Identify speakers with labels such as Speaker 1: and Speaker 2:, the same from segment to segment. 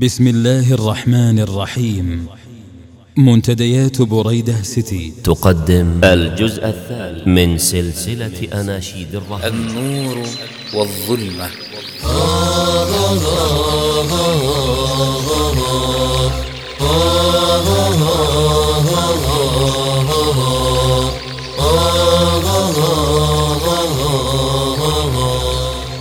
Speaker 1: بسم الله الرحمن الرحيم منتديات بريده سيتي
Speaker 2: تقدم الجزء الثالث من سلسلة أناشيد الرحمة
Speaker 3: النور والظلمة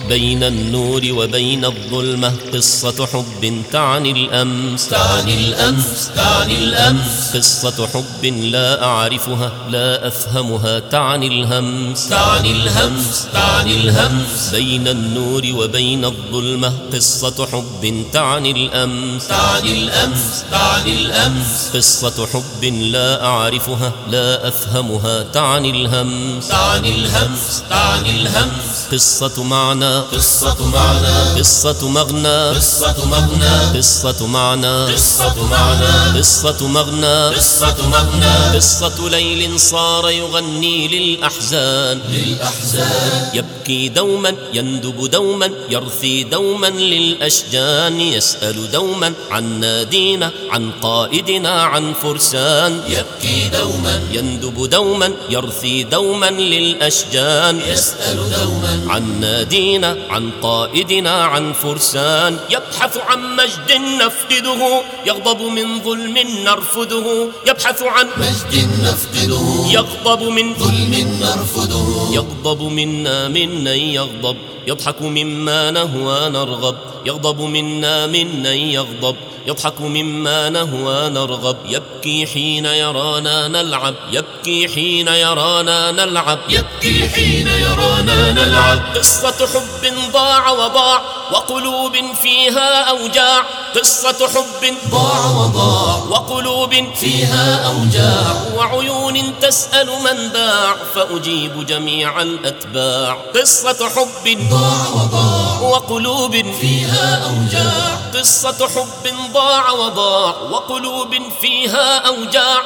Speaker 2: بين النور وبين الظلمة قصة حب تعني الأمس تعني الأمس تعني الأمس قصة حب لا أعرفها لا أفهمها تعني الهمس تعني الهمس تعني الهمس بين النور وبين الظلمة قصة حب تعني الأمس تعني الأمس تعني الأمس قصة حب لا أعرفها لا أفهمها تعني الهمس تعني الهمس تعني الهمس قصة معنى قصة معنى قصة مغنى قصة مغنى قصة معنى قصة معنى قصة مغنى قصة مغنى قصة ليل صار يغني للأحزان للأحزان يبكي دوما يندب دوما يرثي دوما للأشجان يسأل دوما عن نادينا عن قائدنا عن فرسان يبكي دوما يندب دوما يرثي دوما للأشجان يسأل دوما عن نادينا عن قائدنا عن فرسان يبحث عن مجد نفقده يغضب من ظلم نرفضه يبحث عن مجد نفقده يغضب من ظلم نرفضه يغضب منا منا يغضب يضحك مما نهوى نرغب يغضب منا منا يغضب يضحك مما نهوى نرغب يبكي حين يرانا نلعب يبكي حين يرانا نلعب يبكي حين يرانا نلعب قصة حب ضاع وضاع وقلوب فيها أوجاع قصة حب ضاع وضاع وقلوب فيها أوجاع وعيون تسأل من باع فأجيب جميع الأتباع قصة حب ضاع وضاع وقلوب فيها أوجاع قصة حب ضاع وضاع وقلوب فيها أوجاع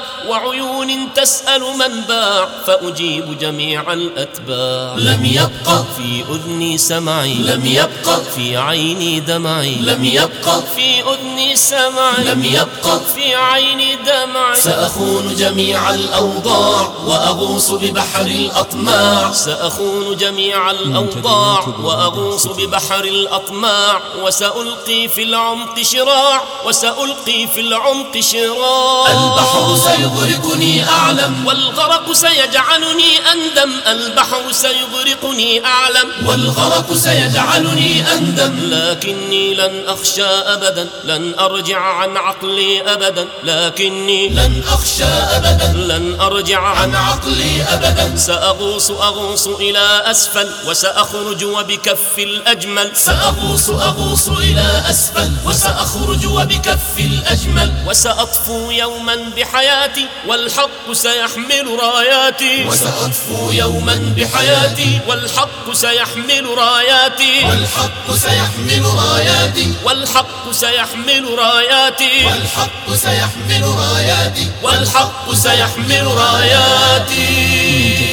Speaker 2: وعيون تسأل من باع فأجيب جميع الأتباع لم يبق في أذني سمعي لم يبق في عيني دمعي لم يبق في أذني سمعي لم يبق في عيني دمعي سأخون جميع الأوضاع وأغوص ببحر الأطماع سأخون جميع الأوضاع وأغوص ببحر الأطماع وسألقي في العمق شراع وسألقي في العمق شراع البحر سيغرقني أعلم والغرق سيجعلني أندم البحر سيغرقني أعلم والغرق سيجعلني أندم لكني لن أخشى أبدا لن أرجع عن عقلي أبدا لكني لن أخشى أبدا لن أرجع عن عقلي أبدا سأغوص أغوص إلى أسفل وسأخرج وبكف الأجمل سأغوص أغوص إلى أسفل وسأخرج وبكف الأجمل وسأطفو يوما بحياتي والحق سيحمل راياتي وسأطفو يوما بحياتي والحق سيحمل راياتي والحق سيحمل راياتي والحق سيحمل راياتي والحق سيحمل راياتي والحق سيحمل راياتي